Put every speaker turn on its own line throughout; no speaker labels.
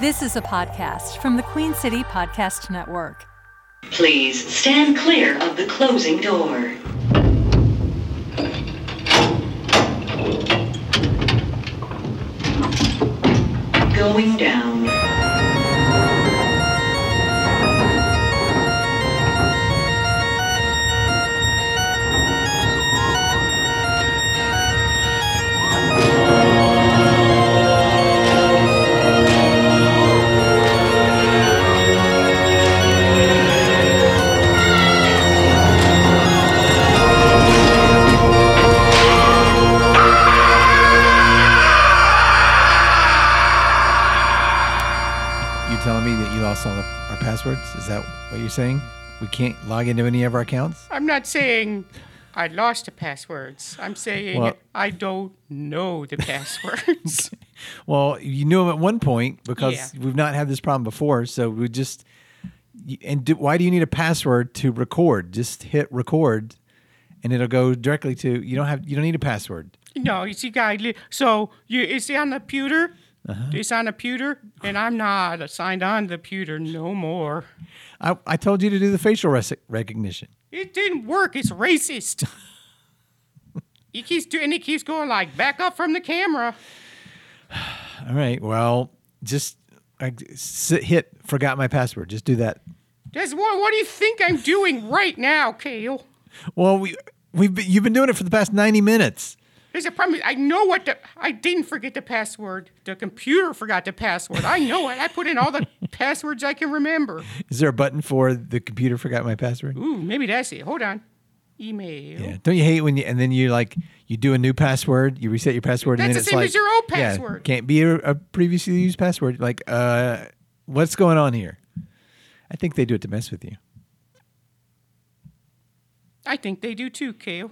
This is a podcast from the Queen City Podcast Network.
Please stand clear of the closing door. Going down.
You telling me that you lost all the, our passwords? Is that what you're saying? We can't log into any of our accounts?
I'm not saying I lost the passwords. I'm saying
Well-
I don't know the passwords.
Well, you knew them at one point because
Yeah.
we've not had this problem before. So we just. y- And do, why do you need a password to record? Just hit record, and it'll go directly to. You don't have. You don't need a password.
no, you see, guy. li- So you is it on the pewter? It's on the pewter, and I'm not signed on the pewter no more.
I, I told you to do the facial res- recognition.
It didn't work. It's racist. he keeps doing. He keeps going like back up from the camera.
All right. Well, just I, s- hit forgot my password. Just do that.
That's what. What do you think I'm doing right now, Kale?
Well, we we've been, you've been doing it for the past ninety minutes.
There's a problem. I know what the. I didn't forget the password. The computer forgot the password. I know it. I put in all the passwords I can remember.
Is there a button for the computer forgot my password?
Ooh, maybe that's it. Hold on. Email.
Yeah. Don't you hate when you and then you like you do a new password, you reset your password, and
That's
then
the
it's
same
like
as your old
yeah,
password.
can't be a, a previously used password. Like, uh, what's going on here? I think they do it to mess with you.
I think they do too, Kale.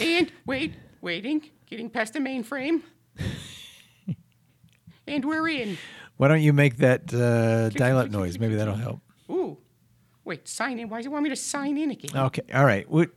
And wait, waiting, getting past the mainframe. and we're in.
Why don't you make that uh, dial-up noise? Maybe that'll help.
Ooh. Wait, sign in. Why does it want me to sign in again?
Okay. All right. What,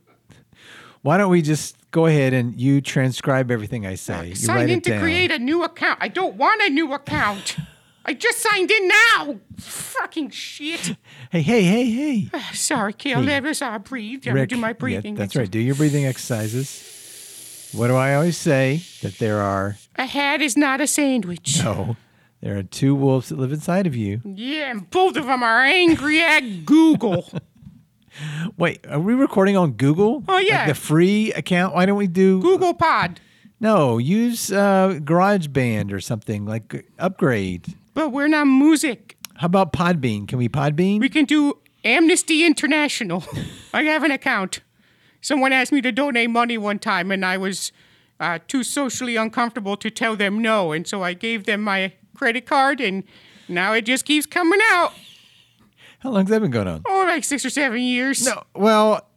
why don't we just go ahead and you transcribe everything I say? You
sign
write
in
it
to
down.
create a new account. I don't want a new account. I just signed in now. Fucking shit.
hey, hey, hey, hey.
Sorry, Kale. Let me I breathe. Let me
Rick,
do my
yeah,
breathing.
that's right. Do your breathing exercises. What do I always say? That there are
A hat is not a sandwich.
no, there are two wolves that live inside of you.
Yeah, and both of them are angry at Google.
Wait, are we recording on Google?
Oh,
Like
yeah.
the free account. Why don't we do
Google Pod.
No, use uh, GarageBand or something like upgrade.
But we're not music.
How about Podbean? Can we Podbean?
We can do Amnesty International. I have an account. Someone asked me to donate money one time, and I was uh, too socially uncomfortable to tell them no. And so I gave them my credit card, and now it just keeps coming out.
How long's that been going on?
Oh, like six or seven years.
No, well,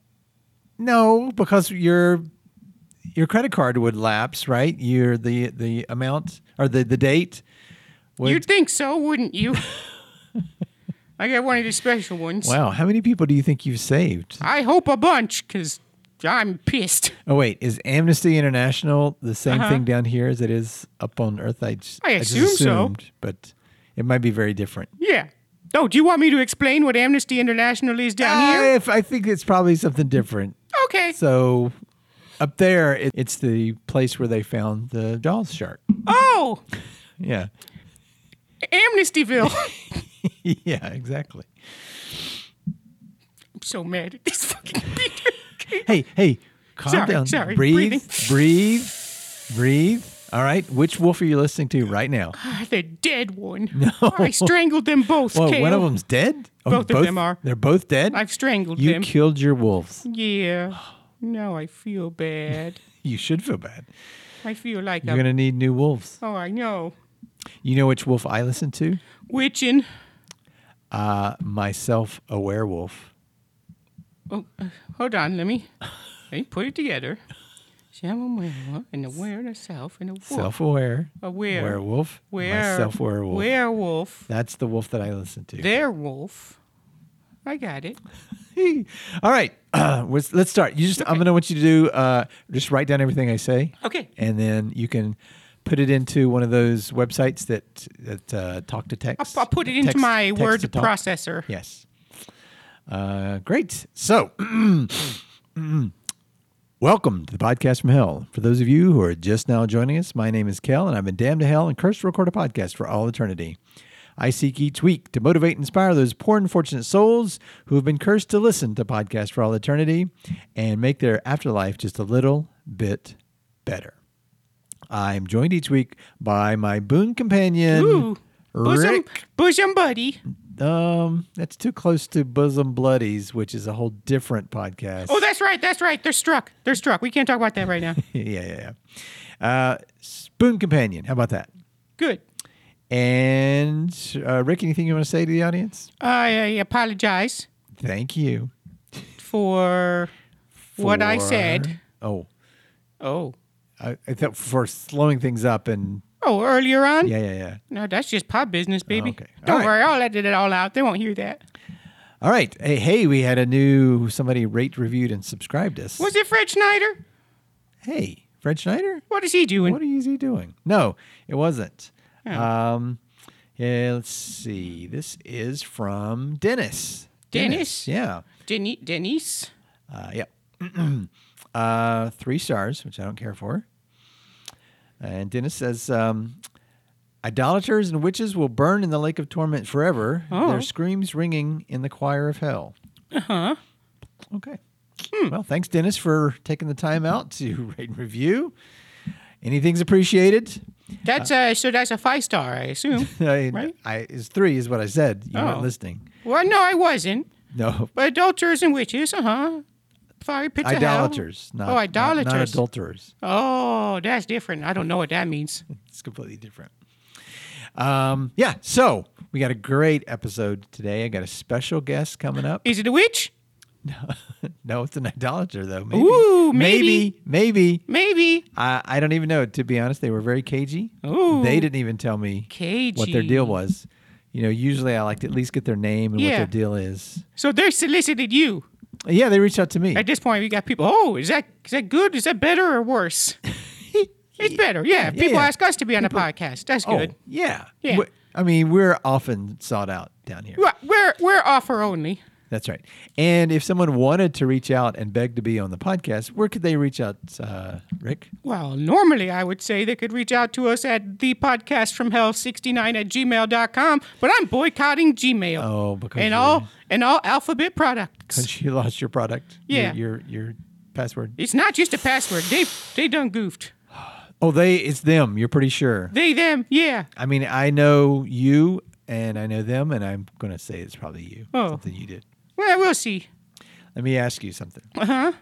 no, because your your credit card would lapse, right? Your the the amount or the the date. would-
You'd think so, wouldn't you? I got one of the special ones.
wow, how many people do you think you've saved?
I hope a bunch, because I'm pissed.
Oh wait, is Amnesty International the same thing down here as it is up on Earth? I just,
Uh-huh. I
just
assume so.
assumed, but it might be very different.
Yeah. Oh, do you want me to explain what Amnesty International is down
I,
here?
if, I think it's probably something different.
Okay.
Uh, So up there, it, it's the place where they found the Jaws shark.
Oh,
Yeah,
Amnestyville.
yeah, exactly.
I'm so mad at this fucking beat.
Hey, hey, calm
Sorry,
down.
sorry,
breathe,
breathing.
breathe, breathe. All right. Which wolf are you listening to right now?
Ah, the dead one. I strangled them both,
Well,
Kale.
one of them's dead. Oh,
Both of them are.
They're both dead.
I've strangled
you
them.
killed your wolves.
yeah. Now I feel bad.
You should feel bad.
I feel like
You're
I'm.
gonna need new wolves.
Oh, I know.
You know which wolf I listen to?
Witching.
Uh, myself, a werewolf.
Oh, uh, hold on. Let me. Let me put it together. Shamamawa and aware of herself and a wolf.
Self-aware.
Aware.
Werewolf.
Where,
Myself, werewolf.
Werewolf.
That's the wolf that I listen to.
Their wolf. I got it.
All right, let's, let's start. You just, I'm gonna want you to do, uh, just write down everything I say.
Okay.
And then you can put it into one of those websites that that uh, talk to
I'll,
text.
I'll put it into
Text-
my
text
word
to talk.
processor.
Yes. Uh, great. So, welcome to the podcast from hell. For those of you who are just now joining us, my name is Kel, and I've been damned to hell and cursed to record a podcast for all eternity. I seek each week to motivate and inspire those poor unfortunate souls who have been cursed to listen to podcasts for all eternity and make their afterlife just a little bit better. I'm joined each week by my boon companion,
Ooh, bosom,
Mm. Rick.
bosom buddy.
Um, that's too close to Bosom Bloodies, which is a whole different podcast.
Oh, that's right, that's right. They're struck. They're struck. We can't talk about that right now.
yeah, yeah, yeah. Uh, Spoon Companion, how about that?
Good.
And uh, Rick, anything you want to say to the audience?
I, I apologize
Thank you.
for, what I
for-
said.
Oh,
Oh.
I, I thought for slowing things up and
Oh, earlier on?
yeah, yeah, yeah.
No, that's just pub business, baby.
Oh, okay. All
Don't
right.
worry, I'll edit it all out. They won't hear that.
All right. Hey, hey, we had a new somebody rate, reviewed, and subscribed us.
Was it Fred Schneider?
Hey, Fred Schneider.
What is he doing?
What is he doing? No, it wasn't. Um, yeah, let's see. This is from Dennis.
Dennis?
Yeah.
Deni- Denise?
Uh, yeah. uh, three stars, which I don't care for. And Dennis says, um, idolaters and witches will burn in the lake of torment forever.
Oh.
Their screams ringing in the choir of hell.
Uh-huh.
Uh huh. Okay.
Hmm.
Well, thanks, Dennis, for taking the time out to rate and review. Anything's appreciated.
That's uh, so that's a five star, I assume.
I,
Right?
I is three is what I said. You weren't
Oh.
listening.
well, no, I wasn't.
No,
But adulterers and witches, uh huh. Fiery pits of hell.
idolaters. Not,
oh,
not-
idolaters.
Not, adulterers.
oh, that's different. I don't know what that means.
It's completely different. Um, yeah. So we got a great episode today. I got a special guest coming up.
Is it a witch?
No, it's an idolater though. Maybe.
Ooh,
Maybe.
maybe.
maybe.
Maybe.
I, I don't even know. To be honest, they were very cagey.
Ooh.
They didn't even tell me what their
Cagey.
deal was. You know, usually I like to at least get their name and what
Yeah.
their deal is.
So they solicited you.
Yeah, they reached out to me.
At this point, we got people. Oh, is that is that good? Is that better or worse? it's better. Yeah. People
yeah.
ask us to be on the podcast. That's good.
Oh, yeah.
Yeah.
We- I mean, we're often sought out down here.
We're- We're we're offer only.
That's right. And if someone wanted to reach out and beg to be on the podcast, where could they reach out, uh, Rick?
Well, normally I would say they could reach out to us at the podcast from hell 69 at gmail.com, but I'm boycotting Gmail.
Oh, because
and
you're-
all and all alphabet products.
Since you lost your product,
Yeah.
your your, your password.
It's not just a password. They they done goofed.
Oh, they it's them. You're pretty sure.
They them, yeah.
I mean, I know you and I know them, and I'm going to say it's probably you.
Oh.
Something you did.
Well, we'll see.
Let me ask you something. Uh huh.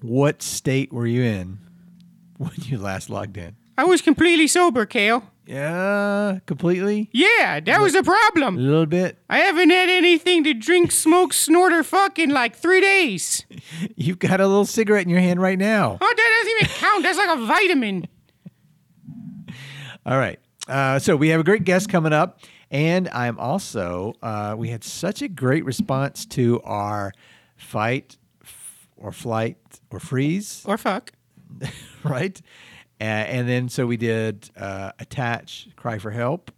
What state were you in when you last logged in?
I was completely sober, Kale.
Yeah, completely.
Yeah, that was a
A
problem.
little bit.
I haven't had anything to drink, smoke, snort, or fuck in like three days.
You've got a little cigarette in your hand right now.
Oh, that doesn't even count. That's like a vitamin.
All right. Uh, so we have a great guest coming up, and I'm also uh, we had such a great response to our fight f- or flight or freeze,
Or fuck.
right? Uh, and then so we did uh, attach, cry for help.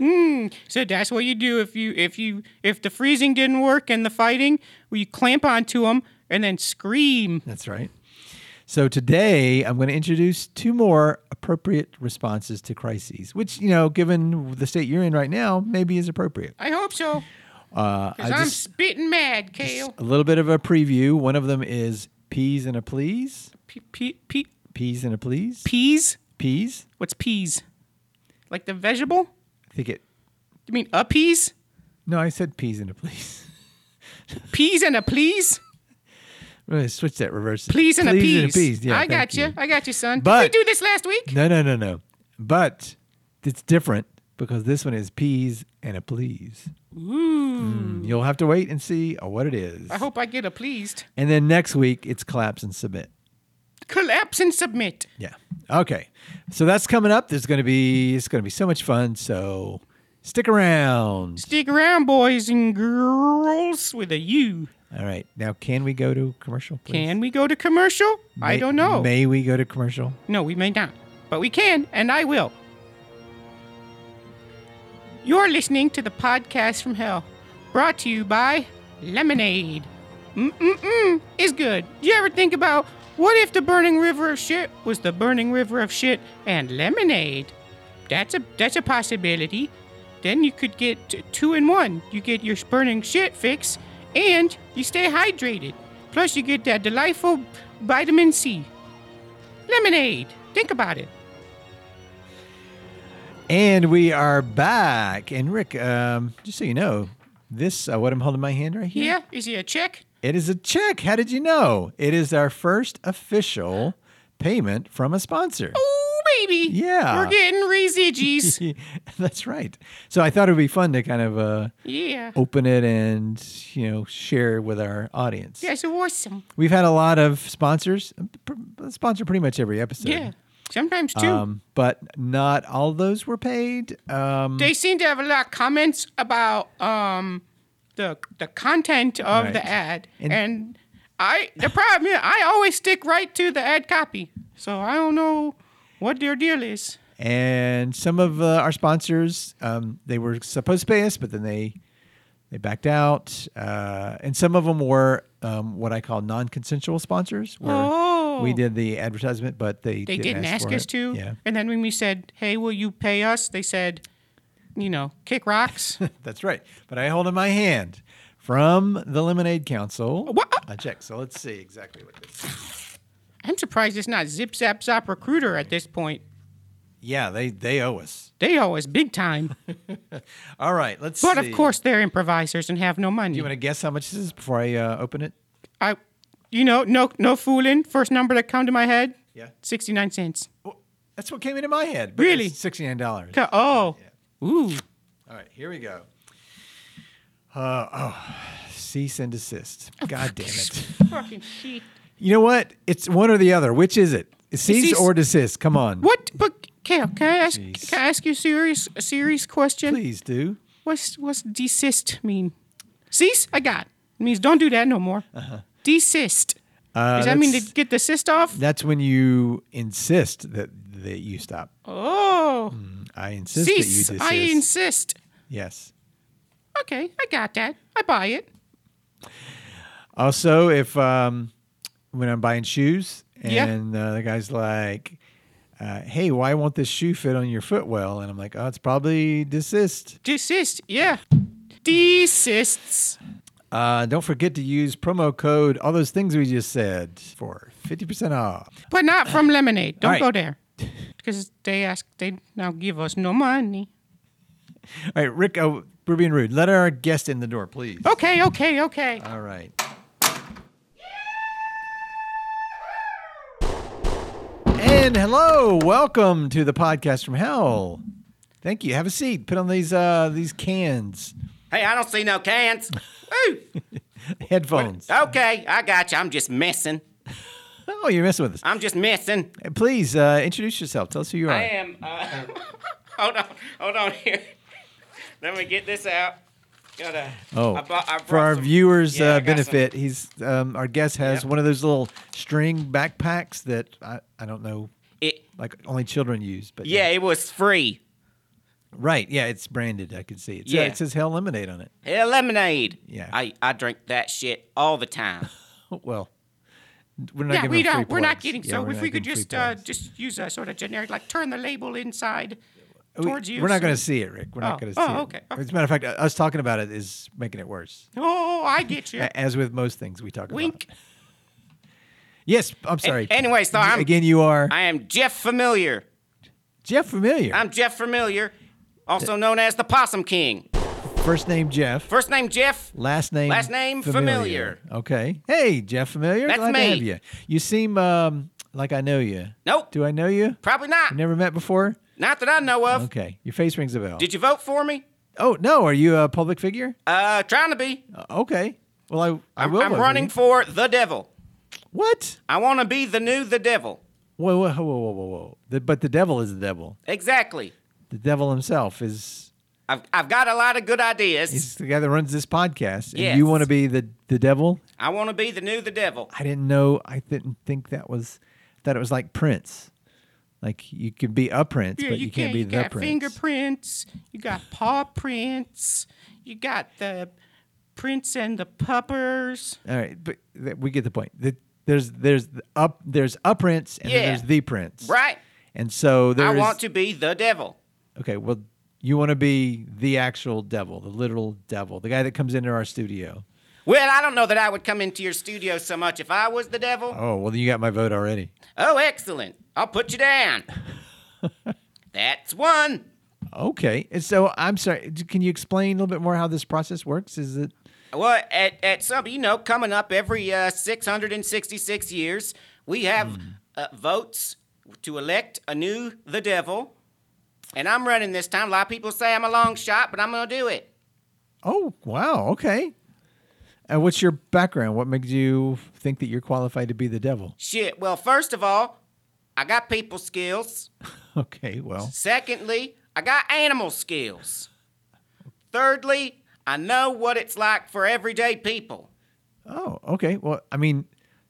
So that's what you do if you if you if the freezing didn't work and the fighting, well, you clamp onto them and then scream.
That's right. So today I'm going to introduce two more appropriate responses to crises, which you know, given the state you're in right now, maybe is appropriate.
I hope so,
Uh, I
cause I'm
just-
spitting mad, Kale.
a little bit of a preview. One of them is peas and a please.
P- uh, pe- pe-
Peas and a please.
peas?
Peas.
What's peas? Like the vegetable?
I think it.
You mean a peas?
No, I said peas and a please.
Peas and a please?
I'm gonna switch that reverse. it.
Please and a
Please
peas.
and a peas. Yeah,
I
thank
got you. I got you, son.
But-
Did we do this last week?
No, no, no, no. But it's different because this one is peas and a please. Ooh. you'll have to wait and see uh, what it is.
I hope I get a pleased.
And then next week it's collapse and submit.
Collapse and submit.
Yeah. Okay. So that's coming up. There's gonna be it's gonna be so much fun. So stick around.
Stick around, boys and girls, with a U.
All right. Now, can we go to commercial? Please?
Can we go to commercial? I
May-
don't know.
May we go to commercial?
No, we may not. but we can, and I will. You're listening to the podcast from hell, brought to you by Lemonade. Mm-mm-mm is good. Do you ever think about what if the burning river of shit was the burning river of shit and lemonade? That's a that's a possibility. Then you could get t- two in one. You get your burning shit fix, and you stay hydrated. Plus, you get that delightful vitamin C. Lemonade. Think about it.
And we are back. And Rick, um, just so you know, this uh, what I'm holding in my hand right here.
Yeah, is he a check?
It is a check. How did you know? It is our first official payment from a sponsor.
Oh, baby.
Yeah.
We're getting residues.
That's right. So I thought it would be fun to kind of uh,
yeah.
open it and you know share with our audience.
That's awesome.
We've had a lot of sponsors. pr- Sponsor pretty much every episode.
Yeah. Sometimes too.
Um, but not all those were paid. Um,
they seem to have a lot of comments about um, the the content of
Right.
the ad,
And-
and, I the problem is I always stick right to the ad copy, so I don't know what their deal is.
and some of uh, our sponsors um, they were supposed to pay us but then they they backed out uh, and some of them were um, what i call non-consensual sponsors where we
Oh.
did the advertisement but they,
They didn't ask
for
us
it.
to,
yeah
and then when we said, "Hey, will you pay us?" They said, "You know, kick rocks."
that's right but i hold in my hand from the lemonade council
What?
i checked so let's see exactly what this is
I'm surprised it's not Zip Zap Zop Recruiter at this point.
yeah they they owe us
They owe us big time,
all right let's
but
see.
of course they're improvisers and have no money.
you want to guess how much this is before i uh, open it
I, you know, no, no fooling. First number that come to my head.
Yeah.
Sixty-nine cents.
Well, that's what came into my head but
Really?
it's $69
Co- Oh. Ooh.
All right, here we go. Uh, oh, cease and desist.
Oh,
God damn it.
Fucking shit.
You know what? It's one or the other. Which is it? Cease,
cease-
or desist? Come on.
What? But Cal, can I ask?
Jeez.
Can I ask you a serious, a serious question?
Please do.
What's what's desist mean? Cease. I got. It means don't do that no more. Desist.
Uh-huh. Uh,
Does that mean to
that's-
get the cyst off?
That's when you insist that, that you stop.
Oh.
I insist
Cease.
that you desist.
I insist.
yes.
Okay, I got that. I buy it.
Also, if um, when I'm buying shoes
Yeah.
and uh, the guy's like, uh, hey, why won't this shoe fit on your foot well? And I'm like, oh, it's probably desist.
Desist. Yeah. Desists.
Uh, don't forget to use promo code all those things we just said for 50% off.
But not from lemonade. Don't
All right.
go there. Because they ask, they now give us no money.
All right, Rick, oh, we're being rude. Let our guest in the door, please.
Okay, okay, okay.
All right. And hello, welcome to the podcast from hell. Thank you. Have a seat. Put on these uh, these cans,
Hey, I don't see no cans. Woo!
headphones.
Ah.
Okay, I got you. I'm just messing.
Oh, you're messing with us.
I'm just messing.
Please uh, introduce yourself. Tell us who you
I
are.
am. Uh, hold on, hold on here. Let me get this out. Got a.
Oh,
I bought, I
for
brought
our
some-
viewers'
Yeah, I
uh,
got
benefit, he's um, our guest has
Yep.
one of those little string backpacks that I, I don't know,
some- It,
like only children use. But
yeah, it was free.
right, yeah, it's branded. I can see it.
Yeah.
it says Hell Lemonade on it.
Hell, lemonade.
Yeah.
I, I drink that shit all the time.
Oh, Well, we're not.
yeah,
giving
we
them free
don't. We're not
plugs.
getting.
Yeah,
so
we're
if
not
we could
giving free
just uh,
plugs.
just use a sort of generic, like turn the label inside
We-
towards you.
we're not
so-
going to see it, Rick. We're not
Oh,
going to see
oh,
it.
okay, okay.
As a matter of fact, uh, us talking about it is making it worse.
Oh, I get you.
A- As with most things we talk
Wink.
about. Yes, I'm sorry.
anyway, so
You-
I'm-
again. You are
I am Jeff Familiar.
Jeff Familiar.
I'm Jeff Familiar, also known as the Possum King.
First name Jeff.
First name Jeff.
Last name.
Last name, Familiar.
Okay. Hey, Jeff Familiar.
That's
Glad to
me.
have you. You seem um, like I know you.
Nope.
Do I know you?
Probably not.
We've never met before.
Not that I know of.
Okay. Your face rings a bell.
Did you vote for me?
oh no, are you a public figure?
Uh, trying to be.
Uh, okay. Well, I I
I'm,
will.
I'm
vote
running
For
for the devil.
you. what?
I want to be the new the devil.
Whoa, whoa, whoa, whoa, whoa, whoa. The, but the devil is the devil.
Exactly.
The devil himself is
I've, I've got a lot of good ideas.
he's the guy that runs this podcast. And
Yes.
you want to be the the devil?
I want to be the new the devil.
I didn't know. I didn't think that was. I thought it was like Prince. Like you can be a prince,
Yeah,
but you, can't, be
you
the
got
prince.
fingerprints. You got paw prints. You got the prints and the puppers.
All right, but th- we get the point. The, there's there's the up there's a prince and then
Yeah.
there's the prince.
Right.
And so
I
there's
want to be the devil.
Okay, well you want to be the actual devil, the literal devil, the guy that comes into our studio.
Well, I don't know that I would come into your studio so much if I was the devil.
Oh, well then you got my vote already.
Oh, excellent. I'll put you down. That's one.
Okay. And so I'm sorry, d- can you explain a little bit more how this process works? Is it
Well, at, at some, you know, coming up every uh, 666 years, we have uh, votes to elect a new the devil. And I'm running this time. A lot of people say I'm a long shot, but I'm going to do it.
Oh, wow. Okay. And what's your background? What makes you think that you're qualified to be the devil?
Shit. Well, first of all, I got people skills.
Okay, well.
Secondly, I got animal skills. Thirdly, I know what it's like for everyday people.
Oh, okay. Well, I mean,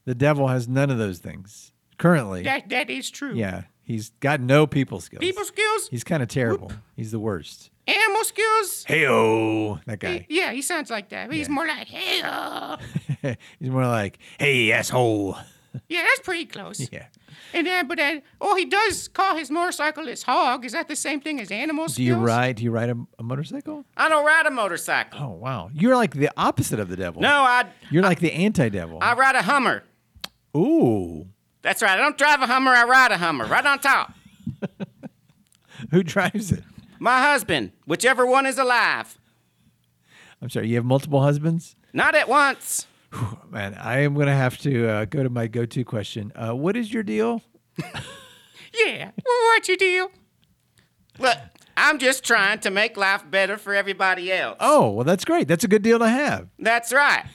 the devil has none of those things currently.
That that is true.
yeah, he's got no people skills.
People skills,
He's kind of terrible. He's the worst.
animal skills.
Hey, oh, that guy.
Yeah, he sounds like that. But He's more like, hey, uh."
he's more like, hey, asshole.
yeah, that's pretty close.
Yeah.
And then, but then, oh, he does call his motorcycle his hog. Is that the same thing as animal skills?
Do you ride? Do you ride a, a motorcycle?
I don't ride a motorcycle.
Oh, wow. You're like the opposite of the devil.
No, I
You're like the anti-devil.
I ride a Hummer.
Ooh.
That's right. I don't drive a Hummer. I ride a Hummer. Right on top.
Who drives it?
My husband, whichever one is alive.
I'm sorry. You have multiple husbands?
Not at once.
Man, I am going to have to uh, go to my go to question. Uh, what is your deal?
Yeah. Well, what you deal?
Look, I'm just trying to make life better for everybody else.
Oh, well, that's great. That's a good deal to have.
That's right.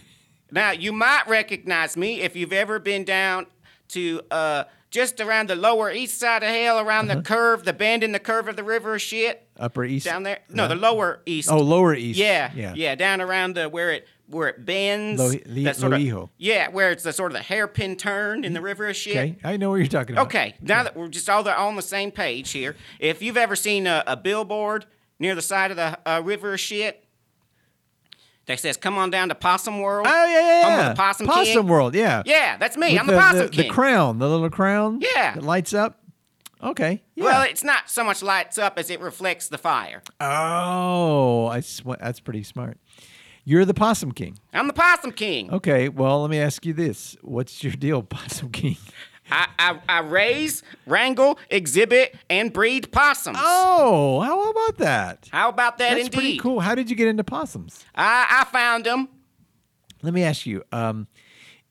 Now, you might recognize me if you've ever been down to uh, just around the lower east side of hell, around
Uh-huh.
the curve, the bend in the curve of the river shit.
Upper East.
Down there? No, the lower east.
Oh, Lower East.
Yeah,
Yeah.
yeah, down around the where it where it bends.
Lo- Li-
that sorta-
Loijo.
yeah, where it's the sort of the hairpin turn in the river of shit.
Okay. I know what you're talking about.
Okay, now that we're just all the, on the same page here, if you've ever seen a, a billboard near the side of the uh, river of shit that says, come on down to Possum World.
Oh, yeah, yeah,
Home
yeah.
of the Possum King.
World. Yeah.
Yeah, that's me.
With
I'm the, Possum
the,
King.
The crown, the little crown.
Yeah.
That lights up. Okay. Yeah.
Well, it's not so much lights up as it reflects the fire.
oh, I sw- that's pretty smart. You're the Possum King.
I'm the Possum King.
Okay. Well, let me ask you this. What's your deal, Possum King?
I, I, I raise, wrangle, exhibit, and breed possums.
Oh, how about that?
How about that
That's
indeed?
pretty cool. How did you get into possums?
I, I found them.
Let me ask you, um,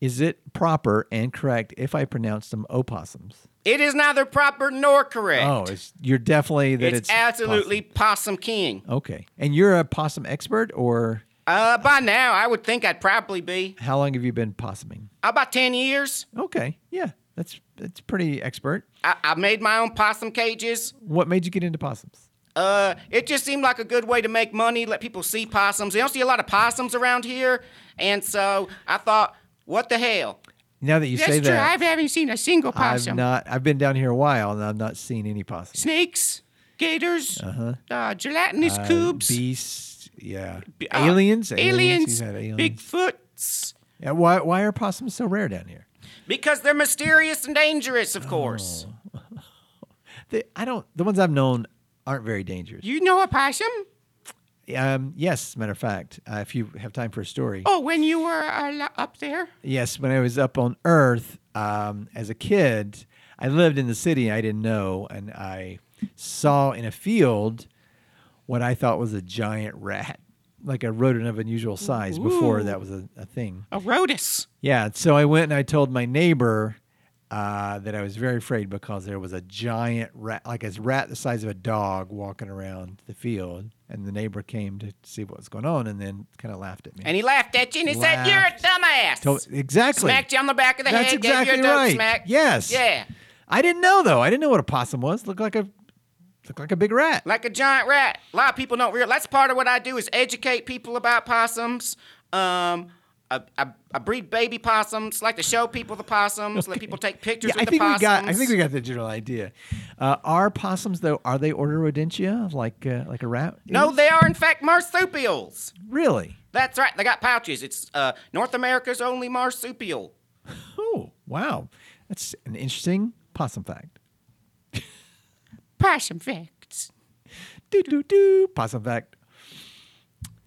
is it proper and correct if I pronounce them opossums?
It is neither proper nor correct.
Oh, it's, you're definitely that
it's,
it's,
absolutely possum, king.
possum. okay. And you're a possum expert, or
Uh, by now, I would think I'd probably be
how long have you been possuming?
about 10 years.
Okay, yeah, that's that's pretty expert.
I, I made my own possum cages.
What made you get into possums?
Uh, it just seemed like a good way to make money, let people see possums. They don't see a lot of possums around here. And so I thought, what the hell?
Now that you
That's
say
true.
that,
I haven't seen a single
I've,
possum.
not. I've been down here a while and I've not seen any possums.
Snakes, gators,
Uh-huh.
uh gelatinous cubes,
Beasts, yeah,
uh,
aliens,
aliens,
You've had aliens.
Bigfoots.
Yeah, why why are possums so rare down here?
Because they're mysterious and dangerous,
Oh.
of course.
The, I don't. The ones I've known aren't very dangerous.
You know a possum?
Um, yes, matter of fact, uh, if you have time for a story.
Oh, when you were uh, lo- up there?
Yes, when I was up on Earth um, as a kid, I lived in the city. I didn't know, and I saw in a field what I thought was a giant rat, like a rodent of unusual size. Before that was a, a thing.
A rhodus.
Yeah, so I went and I told my neighbor uh, that I was very afraid because there was a giant rat, like a rat the size of a dog, walking around the field. And the neighbor came to see what was going on, and then kind of laughed at me.
And he laughed at you and he said, You're a
Laughed.
dumbass.
Told- exactly.
Smacked you on the back of the
That's
head,
exactly
gave you a dope
right.
smack.
Yes.
Yeah.
I didn't know though. I didn't know what a possum was. Looked like a looked like a big rat.
Like a giant rat. A lot of people don't realize. That's part of what I do is educate people about possums. Um, I, I, I breed baby possums. Like to show people the possums. Let people take pictures
Yeah,
with
I
the
think we
possums.
got. I think we got the general idea. Uh, are possums though? Are they orderodentia, like uh, like a rat?
no,
is?
they are in fact marsupials.
really.
That's right. They got pouches. It's uh, North America's only marsupial.
Oh wow, that's an interesting possum fact.
Possum facts.
Do do do possum fact.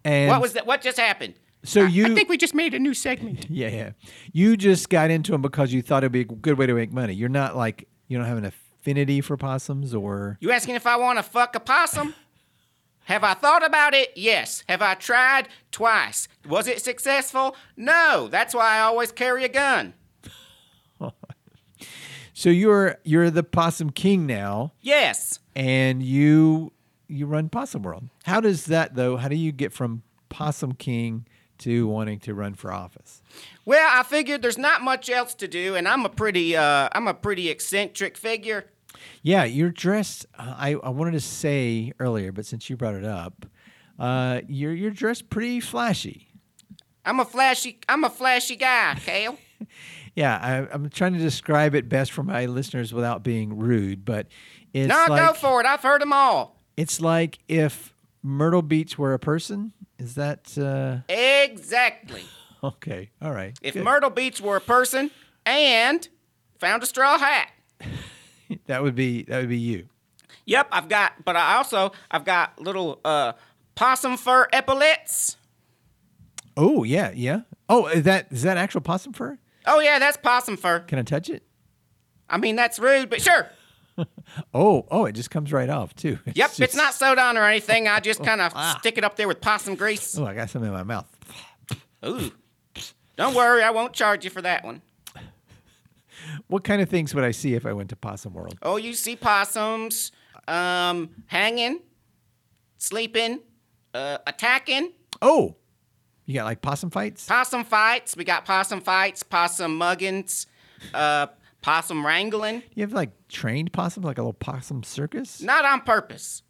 And
what was that? What just happened?
so you?
I think we just made a new segment.
yeah yeah. You just got into them because you thought it'd be a good way to make money. You're not like you don't have an affinity for possums or.
You asking if I want to fuck a possum? Have I thought about it? Yes. Have I tried? Twice. Was it successful? No. That's why I always carry a gun.
So you're you're the possum king now.
Yes.
and you you run Possum World. How does that though? How do you get from Possum King to wanting to run for office?
Well, I figured there's not much else to do, and I'm a pretty, uh, I'm a pretty eccentric figure.
Yeah, you're dressed. uh, I I wanted to say earlier, but since you brought it up, uh, you're you're dressed pretty flashy.
I'm a flashy, I'm a flashy guy, Kale.
Yeah, I, I'm trying to describe it best for my listeners without being rude, but it's
no, go
like
for it. I've heard them all.
it's like if Myrtle Beach were a person. Is that uh,
Exactly.
okay? All right.
If
good.
Myrtle Beach were a person and found a straw hat.
that would be that would be you.
Yep, I've got, but I also I've got little uh, possum fur epaulets.
Oh yeah, yeah. Oh, is that is that actual possum fur?
Oh yeah, that's possum fur.
Can I touch it?
I mean that's rude, but sure.
Oh, oh, it just comes right off too.
Yep, it's,
just-
not sewed on or anything. I just kind of stick it up there with possum grease.
Oh, I got some in my mouth.
Ooh, don't worry, I won't charge you for that one.
What kind of things would I see if I went to Possum World?
Oh, you see possums um, hanging, sleeping, uh, attacking.
Oh, you got like possum fights?
Possum fights. We got possum fights, possum muggins, uh, possum wrangling.
You have like trained possums, like a little possum circus?
Not on purpose.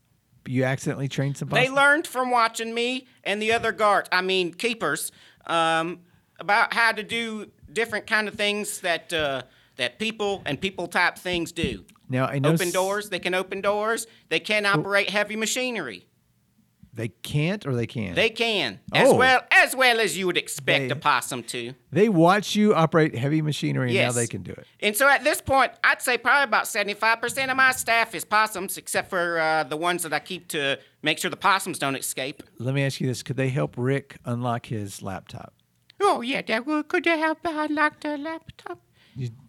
You accidentally trained some possums?
They learned from watching me and the other guards, I mean keepers, um, about how to do different kind of things that uh, that people and people type things do.
now I know
Open
s-
doors. They can open doors. They can
Oh.
operate heavy machinery.
They can't or they can.
They can as
Oh.
well as well as you would expect
They-
a possum to.
they watch you operate heavy machinery, and
Yes.
now they can do it.
And so at this point, I'd say probably about 75% of my staff is possums, except for uh, the ones that I keep to make sure the possums don't escape.
Let me ask you this: Could they help Rick unlock his laptop?
Oh, yeah, that will, could you help unlock the laptop?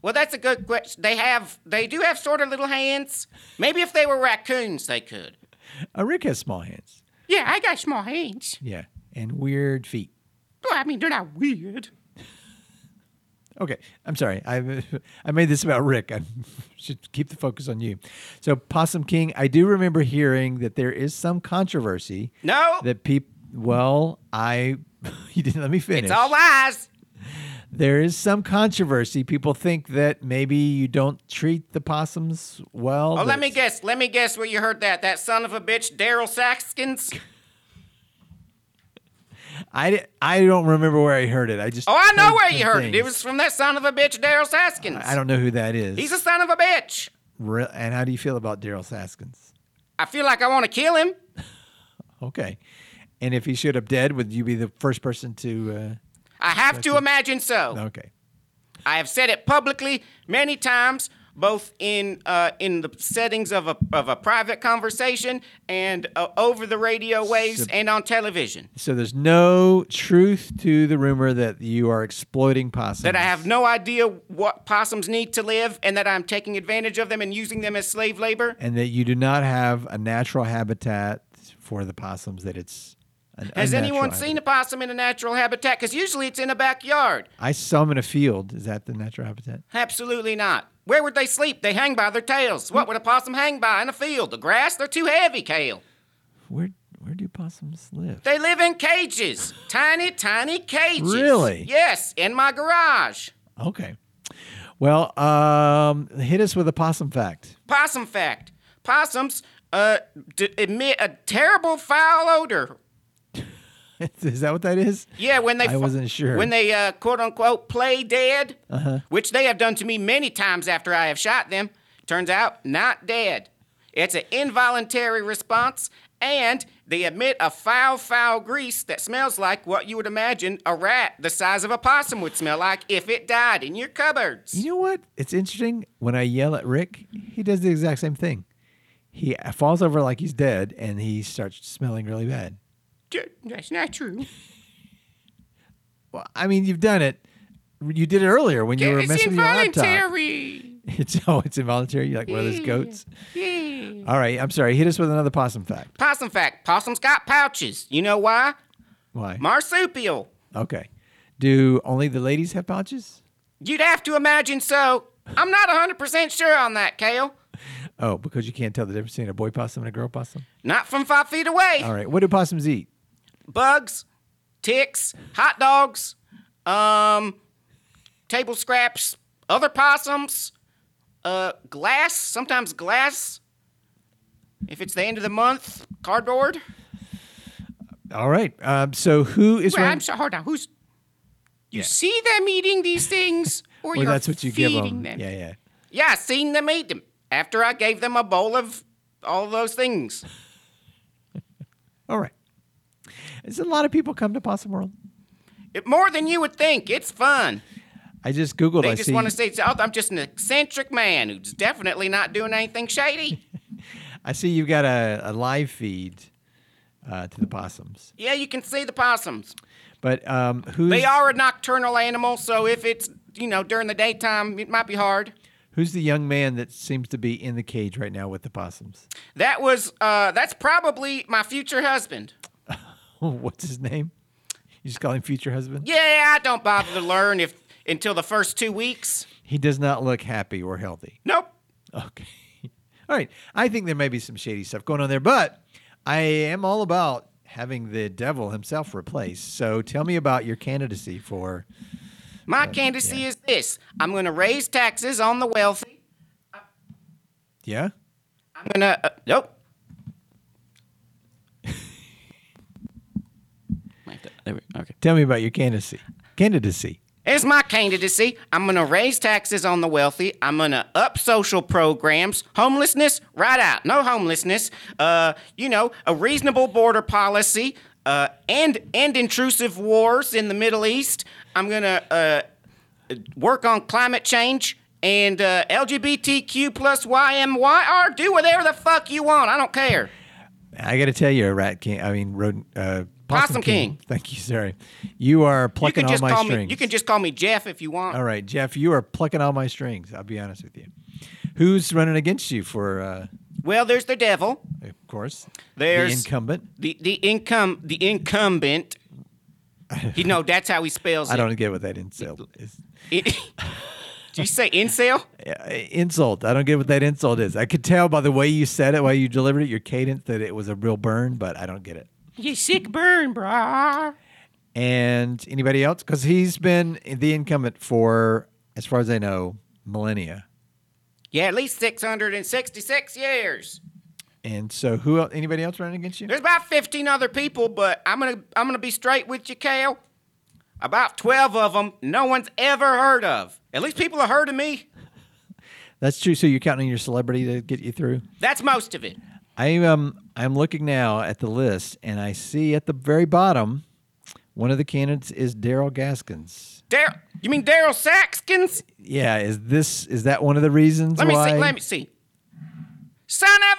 Well, that's a good question. They have, they do have sort of little hands. Maybe if they were raccoons, they could.
Uh, Rick has small hands.
Yeah, I got small hands.
Yeah, and weird feet.
Well, I mean, they're not weird.
Okay, I'm sorry. I I made this about Rick. I should keep the focus on you. So Possum King, I do remember hearing that there is some controversy.
No.
That people. Well, I you didn't let me finish.
It's all lies.
There is some controversy. People think that maybe you don't treat the possums well.
Oh, let me
that's-
guess. Let me guess where you heard that. That son of a bitch, Daryl Saskins.
I, di- I don't remember where I heard it. I just.
Oh, I know where
the
you heard it. It
things.
was from that son of a bitch, Daryl Saskins.
I don't know who that is.
He's a son of a bitch.
Re- and how do you feel about Daryl Saskins?
I feel like I want to kill him.
Okay. And if he showed up dead, would you be the first person to?
I have to imagine so.
Uh, okay.
I have said it publicly many times, both in uh, in the settings of a of a private conversation and uh, over the radio waves and on television.
So there's no truth to the rumor that you are exploiting possums.
That I have no idea what possums need to live, and that I'm taking advantage of them and using them as slave labor.
and that you do not have a natural habitat for the possums. That it's an
Has
unnatural
anyone seen a
habitat.
possum in a natural habitat? Because usually it's in a backyard.
I saw them in a field. Is that the natural habitat?
Absolutely not. Where would they sleep? They hang by their tails. What would a possum hang by in a field? The grass? They're too heavy, Kale.
Where where do possums live?
They live in cages. Tiny, tiny cages.
Really?
Yes, in my garage.
Okay. Well, um, hit us with a possum fact.
Possum fact. Possums uh, d- emit a terrible foul odor.
is that what that is?
Yeah, when they
I wasn't sure. Uh-huh.
when they uh, quote unquote play dead, which they have done to me many times after I have shot them. Turns out not dead. It's an involuntary response, and they emit a foul, foul grease that smells like what you would imagine a rat the size of a possum would smell like if it died in your cupboards.
You know what? It's interesting. When I yell at Rick, he does the exact same thing. He falls over like he's dead, and he starts smelling really bad.
D- That's not true.
Well, I mean, you've done it. You did it earlier when you were
it's
messing with your laptop.
involuntary.
It's oh, it's involuntary. You're like one of those goats.
Yeah.
All right, I'm sorry. Hit us with another possum fact.
Possum fact possums got pouches. You know why?
Why?
Marsupial.
Okay. Do only the ladies have pouches?
You'd have to imagine so. I'm not 100% sure on that, Kale.
Oh, because you can't tell the difference between a boy possum and a girl possum.
Not from five feet away.
All right. What do possums eat?
bugs, ticks, hot dogs, um, table scraps, other possums, uh, glass, sometimes glass. If it's the end of the month, cardboard.
All right. Um, so who is
Well,
wearing-
I'm sorry. Hold on. Who's you see them eating these things, or
Well,
you're
that's what you give
feeding
'em.
them?
Yeah, yeah.
Yeah, I seen them eat them after I gave them a bowl of all those things.
All right. There's a lot of people come to Possum World.
It, more than you would think. It's fun.
I just googled.
They
Oh, I
just
see.
want to say, "Oh, I'm just an eccentric man who's definitely not doing anything shady.
I see you've got a, a live feed uh, to the possums,
yeah, you can see the possums.
but um, who's
They are a nocturnal animal, so if it's you know during the daytime, it might be hard.
who's the young man that seems to be in the cage right now with the possums?
That was uh, that's probably my future husband.
What's his name? You just call him future husband.
Yeah, I don't bother to learn if until the first two weeks.
He does not look happy or healthy.
Nope.
Okay. All right. I think there may be some shady stuff going on there, but I am all about having the devil himself replaced. So tell me about your candidacy for.
My candidacy is this: I'm going to raise taxes on the wealthy.
Yeah?
I'm going to uh, nope. Might have to- there we- Okay.
Tell me about your candidacy. Candidacy.
It's my candidacy. I'm going to raise taxes on the wealthy. I'm going to up social programs. Homelessness, right out. No homelessness. Uh, you know, a reasonable border policy uh, and, and intrusive wars in the Middle East. I'm going to uh, work on climate change and uh, LGBTQ plus YMYR. Do whatever the fuck you want. I don't care.
I got to tell you, Rat King. I mean, rodent. Uh, Possum,
Possum King.
Thank you, sorry. You are
You
plucking
can
all
just
my
call
strings.
me. You can just call me Jeff if you want.
All right, Jeff, you are plucking all my strings. I'll be honest with you. Who's running against you for, uh,
Well, there's the devil.
of course,
There's
the incumbent?
The the income the incumbent. You know that's how he spells it.
I don't get what that insult is.
It- did you say incel?
insult. I don't get what that insult is. I could tell by the way you said it, while you delivered it, your cadence, that it was a real burn, but I don't get it.
You sick burn, brah.
And anybody else? Because he's been the incumbent for, as far as I know, millennia.
Yeah, at least six hundred and sixty-six years.
And so, who? Else, anybody else running against you?
There's about fifteen other people, but I'm gonna I'm gonna be straight with you, Cal. About twelve of them, no one's ever heard of. At least people have heard of me.
That's true. So you're counting on your celebrity to get you through.
That's most of it.
I am. um, I'm looking now at the list, and I see at the very bottom, one of the candidates is Daryl Gaskins.
Dar- you mean Daryl Saxkins?
Yeah, is this is that one of the reasons
Let me
why?
see. Let me see. Son of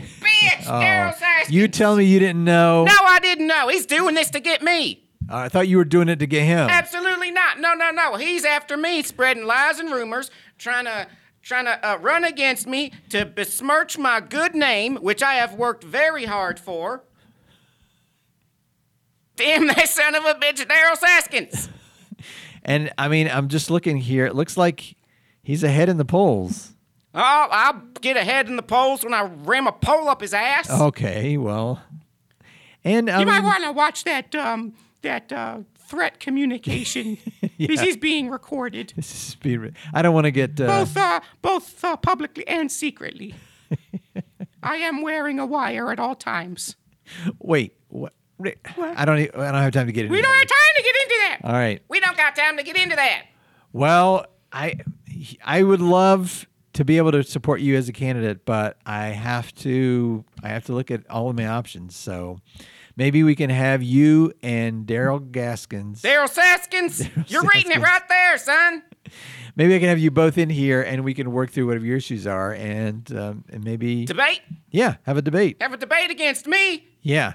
bitch, Daryl Saxkins.
Oh, You tell me you didn't know.
No, I didn't know. He's doing this to get me.
Uh, I thought you were doing it to get him.
Absolutely not. No, no, no. He's after me, spreading lies and rumors, trying to trying to uh, run against me to besmirch my good name, which I have worked very hard for. Damn that son of a bitch, Daryl Saskins.
And I mean, I'm just looking here. It looks like he's ahead in the polls.
Oh, I'll get ahead in the polls when I ram a pole up his ass.
Okay, well, and Oh, I
You might
mean,
want to watch that um that uh, threat communication. This is being recorded,
this is speed. I don't want to get. Uh,
both uh, both uh, publicly and secretly. I am wearing a wire at all times.
wait, what? I don't. e- I don't have time to get into.
We don't
that.
have time to get into that.
All right.
We don't got time to get into that.
Well, I I would love to be able to support you as a candidate, but I have to I have to look at all of my options. So maybe we can have you and Daryl Gaskins.
Daryl Saskins, you're reading it
Saskins.
right there, son.
Maybe I can have you both in here, and we can work through whatever your issues are, and um, and maybe
Debate.
yeah, have a debate.
Have a debate against me,
Yeah.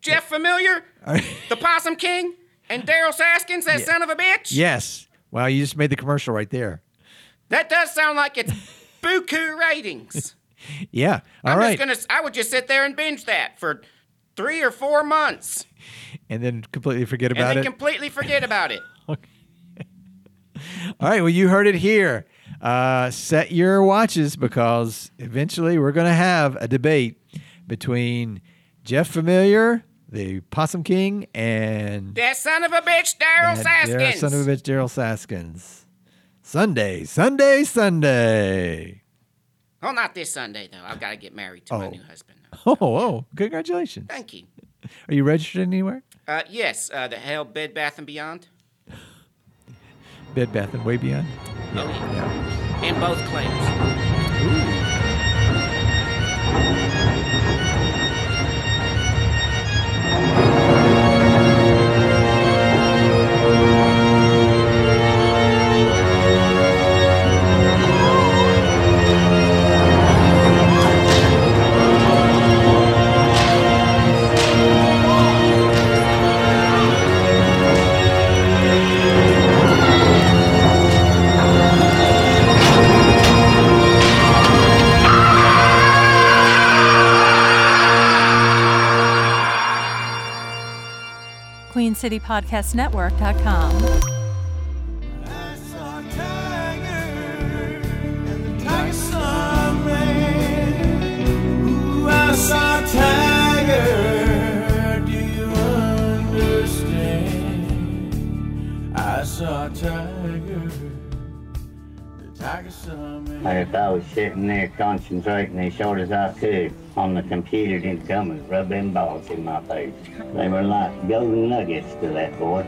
Jeff Familiar,
All right.
the Possum King, and Daryl Saskins, that son of a bitch.
Yes. Wow, you just made the commercial right there.
That does sound like it's buku ratings.
Yeah. All
I'm
right.
just gonna. s- I would just sit there and binge that for three or four months
And then completely forget
and
about
then
it.
completely forget about it.
All right. Well, you heard it here. Uh, set your watches because eventually we're going to have a debate between Jeff Familiar, the Possum King, and
That son of a bitch, Daryl
that Dar-
Saskins.
son of a bitch, Daryl Saskins. Sunday, Sunday, Sunday.
well, not this Sunday though. I've got to get married to my
Oh.
new husband.
Oh, oh, congratulations.
Thank you.
Are you registered anywhere?
Uh, yes, uh, the hell, Bed Bath and Beyond,
Bed Bath and Way Beyond.
Oh, yeah.
Yeah.
and both claims.
QueenCityPodcastNetwork.com.
I just I was sitting there concentrating, they showed us out too on the computer didn't come and rubbing balls in my face. They were like golden nuggets to that boy.